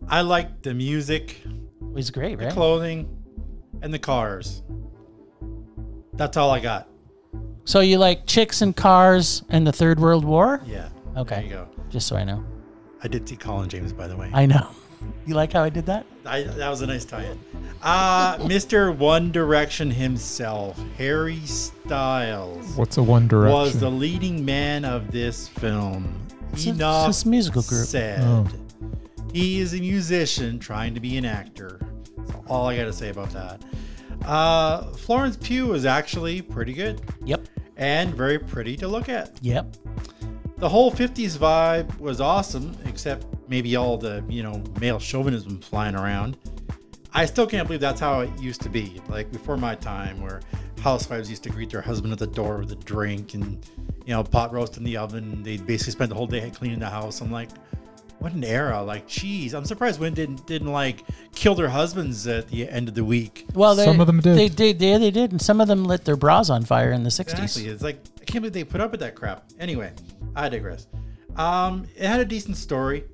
I liked the music, It was great, the right? clothing, and the cars. That's all I got. So you like chicks and cars and the Third World War? Yeah. Okay. There you go. Just so I know. I did see Colin James, by the way. I know. You like how I did that? I, that was a nice tie-in. Uh, Mr. One Direction himself, Harry Styles What's a One Direction? was the leading man of this film. It's a- it's Enough this musical group. said. Oh. He is a musician trying to be an actor. That's all I got to say about that. Uh, Florence Pugh is actually pretty good Yep. and very pretty to look at. Yep. The whole 50s vibe was awesome, except maybe all the, you know, male chauvinism flying around. I still can't believe that's how it used to be. Like before my time, where housewives used to greet their husband at the door with a drink and, you know, pot roast in the oven. They basically spent the whole day cleaning the house. I'm like, what an era. Like, geez, I'm surprised women didn't, didn't like kill their husbands at the end of the week. Well, they, Some of them did. They did. Yeah, they did. And some of them lit their bras on fire in the 60s. Exactly. It's like I can't believe they put up with that crap. Anyway, I digress. Um, it had a decent story,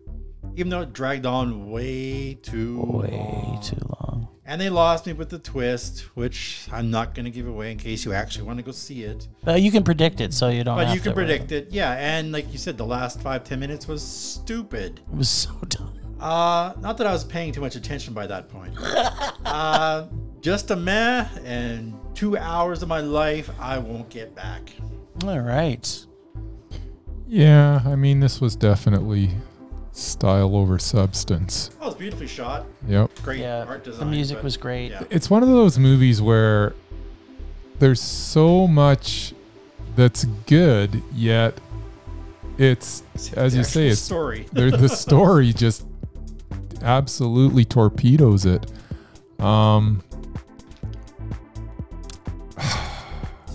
even though it dragged on way too Way long. too long. And they lost me with the twist, which I'm not going to give away in case you actually want to go see it. But you can predict it, so you don't But have you can to worry. predict it. Yeah, and like you said, the last five ten minutes was stupid. It was so dumb. Uh, not that I was paying too much attention by that point. uh, just a meh, and two hours of my life I won't get back. All right. yeah, I mean, this was definitely style over substance. Oh, it's beautifully shot. Yep. great Yeah, art the design. music but- was great. Yeah. It's one of those movies where there's so much that's good, yet it's, as The you say, actual it's story. there- the story just absolutely torpedoes it. Um,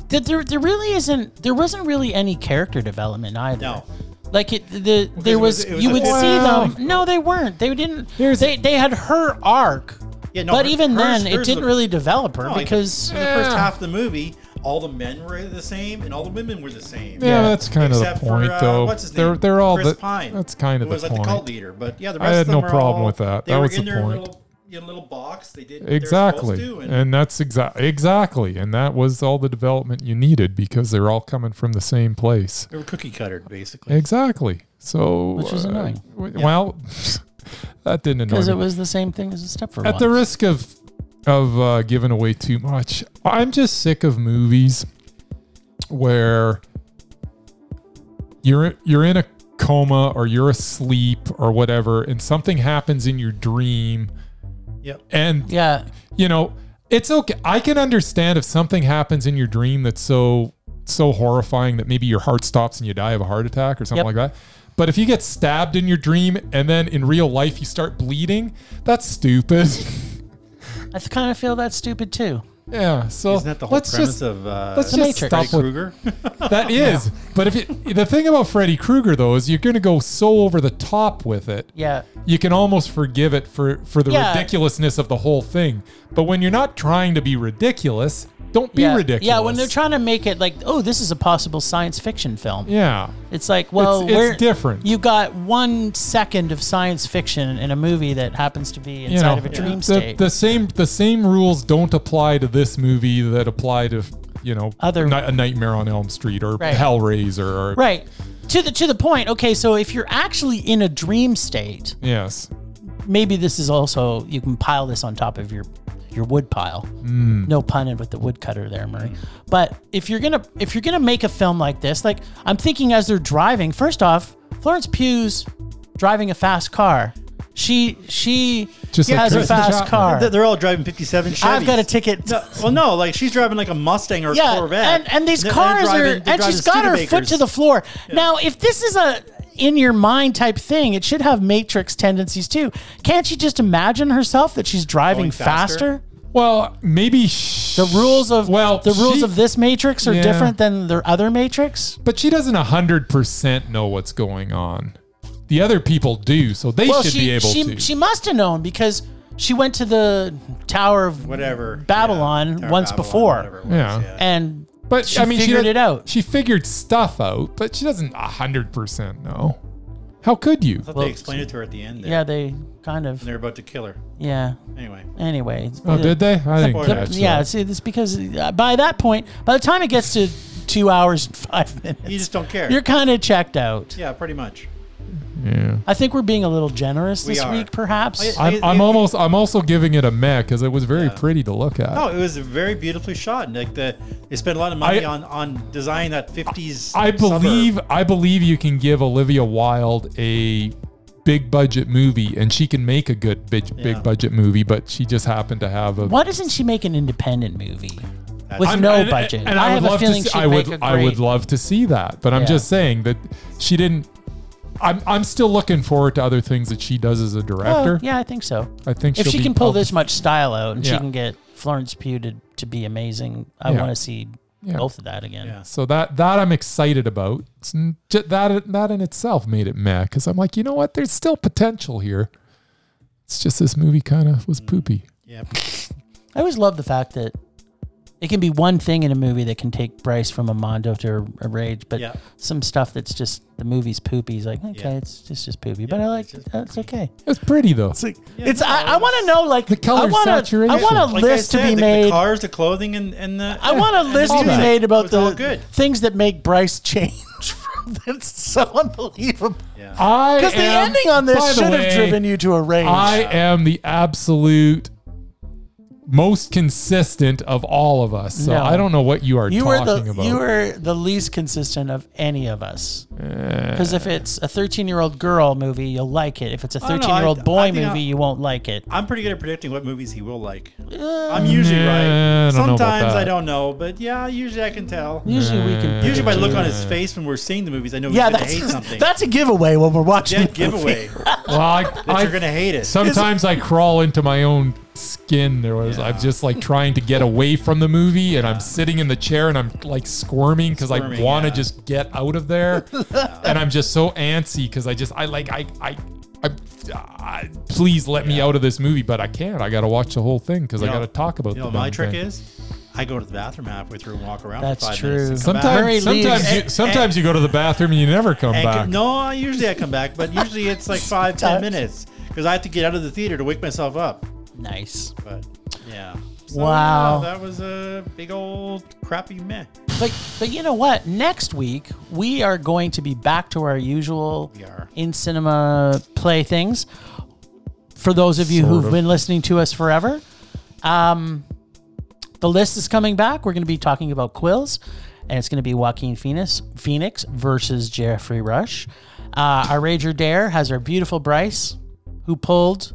Th- There, there really isn't. There wasn't really any character development either. No, Like it, the there it was- was, it was you a would thing. see them. No, they weren't. They didn't. Here's- They they had her arc, yeah, no. but her- even hers- then, it hers didn't was- really develop her No, like, because in the first Yeah. half of the movie, all the men were the same and all the women were the same. yeah, that's kind Except of the point, for, uh, though. What's his they're name? they're all Chris the, Pine. That's kind of who was the like point. the cult leader, but yeah, the I rest had of them no were problem all- with that. They That were was in the their point. Little, you know, little box. They did what they were supposed Exactly. to, And, and, that's exactly exactly. And that was all the development you needed because they're all coming from the same place. they were cookie cuttered basically. Exactly. So uh, Which was annoying. w- Well, that didn't annoy because me. it was the same thing as a step for At the once. risk of of uh, giving away too much, I'm just sick of movies where you're you're in a coma or you're asleep or whatever, and something happens in your dream, Yep. and Yeah, you know, it's okay. I can understand if something happens in your dream that's so so horrifying that maybe your heart stops and you die of a heart attack or something Yep. like that. But if you get stabbed in your dream and then in real life you start bleeding, that's stupid. I kind of feel that's stupid too. yeah. So Isn't that the whole let's premise just of uh, let's The just Matrix. stop Freddy with Krueger? that is. But if you, the thing about Freddy Krueger though is you're going to go so over the top with it. Yeah, you can almost forgive it for for the Yeah. ridiculousness of the whole thing. But when you're not trying to be ridiculous, don't be yeah, ridiculous. yeah. When they're trying to make it like, oh, this is a possible science fiction film. yeah, It's like, well, It's- it's we're- different. You got one second of science fiction in a movie that happens to be inside you know, of a dream the, state. the same the same rules don't apply to this movie that apply to you know Other- Ni- a Nightmare on Elm Street or Right. Hellraiser or right. To the to the point. Okay, so if you're actually in a dream state, yes. maybe this is also you can pile this on top of your your wood pile. Mm. No pun in with the woodcutter there, Murray. But if you're gonna if you're gonna make a film like this, like I'm thinking as they're driving, first off, Florence Pugh's driving a fast car. She she Just like has a Kristen fast Chatwin. car. They're- They're all driving 57 Chevys. I've got a ticket. No, well, no, like she's driving like a Mustang or a yeah, Corvette. and and these They're- they're cars driving- are, they're and she's driving got her foot to Studebakers. the floor. Now, if this is a in your mind type thing, it should have Matrix tendencies too. Can't she just imagine herself that she's driving Going faster? faster? Well, maybe sh- The rules of well the rules she- of this Matrix are Yeah. different than the other Matrix. but she doesn't hundred percent know what's going on. The other people do, so they well, should she be able she to. she must have known because she went to the Tower of whatever yeah, Babylon Tower once Babylon, before. whatever it was, Yeah. and But She I mean, figured she, it out. She figured stuff out, but she doesn't hundred percent know. How could you? I thought Well, they explained it to her at the end. There. yeah, they kind of They're about to kill her. yeah. Anyway. Anyway, Oh, did they? I didn't Spoiler. catch. yeah, that. see, it's because uh, by that point, by the time it gets to two hours and five minutes, You just don't care. you're kind of checked out. yeah, pretty yeah. much. Yeah. I think we're being a little generous We this are. week, perhaps. I- I'm, It- I'm it- almost. I'm also giving it a meh because it was very pretty to look at. No, it was very beautifully shot. and, Like the, they spent a lot of money I- on on designing that fifties. I believe. I believe you can give Olivia Wilde a big budget movie, and she can make a good big, Yeah. big budget movie. But she just happened to have a. Why doesn't she make an independent movie with I'm- no and- budget? And I, would have love a feeling to see, she'd I would make a I would great- love to see that, but I'm Yeah. just saying that she didn't I'm I'm still looking forward to other things that she does as a Well, director. yeah, I think so. I think If she'll she be can pull public- this much style out and she Yeah. can get Florence Pugh to, to be amazing, I Yeah. want to see Yeah. both of that again. Yeah. So that that I'm excited about. It's n- ju- that that in itself made it meh because I'm like, you know what? There's still potential here. It's just this movie kind of Mm. was poopy. Yeah. I always love the fact that it can be one thing in a movie that can take Bryce from a mondo to a rage, but Yeah. some stuff that's just the movie's poopy is like, okay, Yeah. it's just just poopy, but I it's like just it. That's okay. It was pretty though. It's like It's I, I want to know like The color I wanna, saturation. I want a Like I list said, to be the, made. The cars, the clothing, and and the. I want a list all to be that. made about It's all the good. things that make Bryce change. that's so unbelievable. Yeah. I because the am- ending on this by the should way, have driven you to a rage. I am the absolute most consistent of all of us. So No. I don't know what you are You were talking the about. you were the least consistent of any of us. Because if it's a 13 year old girl movie, you'll like it. If it's a don't know, 13 year Oh, I- old I boy think I- movie, you won't like it. I'm pretty good at predicting what movies he will like. Uh, I'm usually Yeah, right. I don't know about Sometimes I that. don't know, but yeah, usually I can tell. usually we can. Usually by predict the look it. on his face when we're seeing the movies, I know he's Yeah, gonna hate that's something. that's a giveaway when we're watching. dead the movie. giveaway that well, I, I, you're gonna hate it. sometimes I crawl into my own skin. There was I'm just like trying to get away from the movie, and I'm sitting in the chair and I'm like squirming because I Squirming, want to yeah. just get out of there, and I'm just so antsy because I just I like I I. I, I please let me out of this movie, but I can't. I got to watch the whole thing because I know- got to talk about. you the know, my dumb trick thing. is, I go to the bathroom halfway through and walk around. That's for five true. Minutes and come back. Sometimes, Murray leaves. sometimes, you, And- sometimes you go to the bathroom and you never come And back. c- no, I- usually I come back, but usually it's like five, ten Sometimes. minutes because I have to get out of the theater to wake myself up. Nice. But yeah. So, Wow. yeah, that was a big old crappy meh. But but you know what? Next week we are going to be back to our usual We are. in cinema play things. For those of you Sort who've of. been listening to us forever, um, the list is coming back. We're going to be talking about quills, and it's going to be Joaquin Phoenix Phoenix versus Jeffrey Rush. Uh, our Rager Dare has our beautiful Bryce, who pulled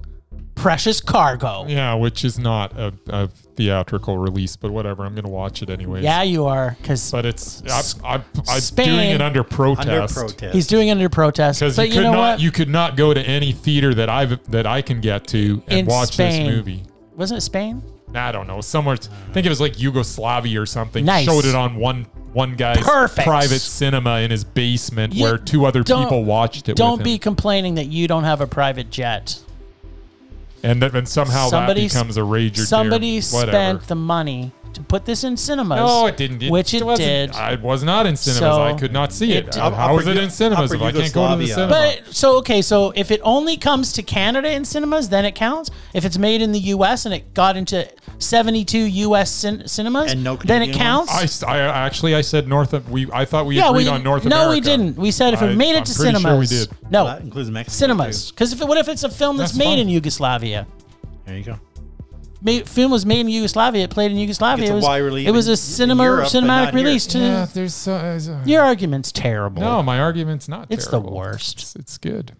Precious Cargo. Yeah, Yeah, which is not a, a theatrical release, but whatever. I'm going to watch it anyways. you are, because But it's I, I, I'm doing Spain- it under protest. Under protest. he's doing it under protest. because But you you, could know not what? you could not go to any theater that I've that I can get to and In watch Spain. this movie. Wasn't it Spain? I don't know somewhere. I think it was like Yugoslavia or something. Nice. Showed it on one one guy's Perfect. private cinema in his basement You where two other don't- people watched it. Don't with be him. complaining that you don't have a private jet. and then and somehow Somebody that becomes a rager. Somebody whatever. spent the money to put this in cinemas. No, it didn't. which it wasn't- did. I was not in cinemas. So- I could not see It it. did. How- How Upper is it Yu- in cinemas if Upper I can't go to the Yugoslavia. cinema? but so okay, so if it only comes to Canada in cinemas, then it counts. If it's made in the U.S. and it got into 72 U.S. Cin- cinemas, And no then it Canadian counts. I, s- I- actually I said North. Of, we I thought we yeah, agreed we on North no, America. we didn't. We said if I- it made it I'm to pretty cinemas, sure we did. no That includes Mexico. Oh, cinemas. Because if it, what if it's a film that's, That's made fine. in Yugoslavia? too. There you go. made, film was made in Yugoslavia. It played in Yugoslavia. It's a It was, wide release it was in- a in cinema Europe, but cinematic not here. release. To Yeah, there's so. Uh, so- your argument's terrible. no, my argument's not. It's the terrible. worst. It's, it's good.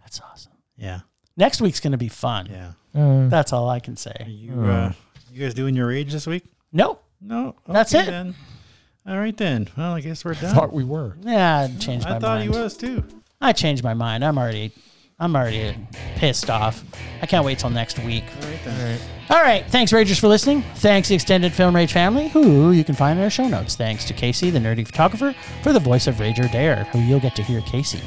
that's awesome. Yeah. Next week's gonna be fun. Yeah. Uh, That's all I can Are say. you, uh, you guys doing your age this week? Nope. No. Okay, That's it. Then. All right then. Well, I guess we're done. thought we were. Yeah, I changed my I thought mind. he was too. I changed my mind. I'm already, I'm already pissed off. I can't wait till next week. All right then. All right. Thanks, Ragers, for listening. Thanks, Extended Film Rage family, who you can find in our show notes. Thanks to Casey, the nerdy photographer, for the voice of Rager Dare, who you'll get to hear Casey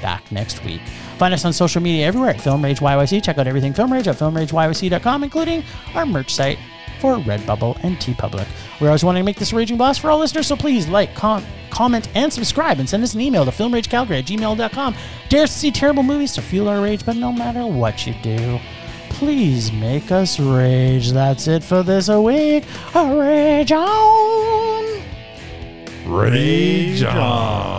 back next week. Find us on social media everywhere at Film Rage YYC. Check out everything Film Rage at filmrageyyc.com, including our merch site for Redbubble and TeePublic. We're always wanting to make this a raging blast for all listeners, so please like, com- comment, and subscribe, and send us an email to filmragecalgary at gmail.com. Dare us to see terrible movies to fuel our rage, but no matter what you do, please make us rage. That's it for this week. Rage on! Rage on.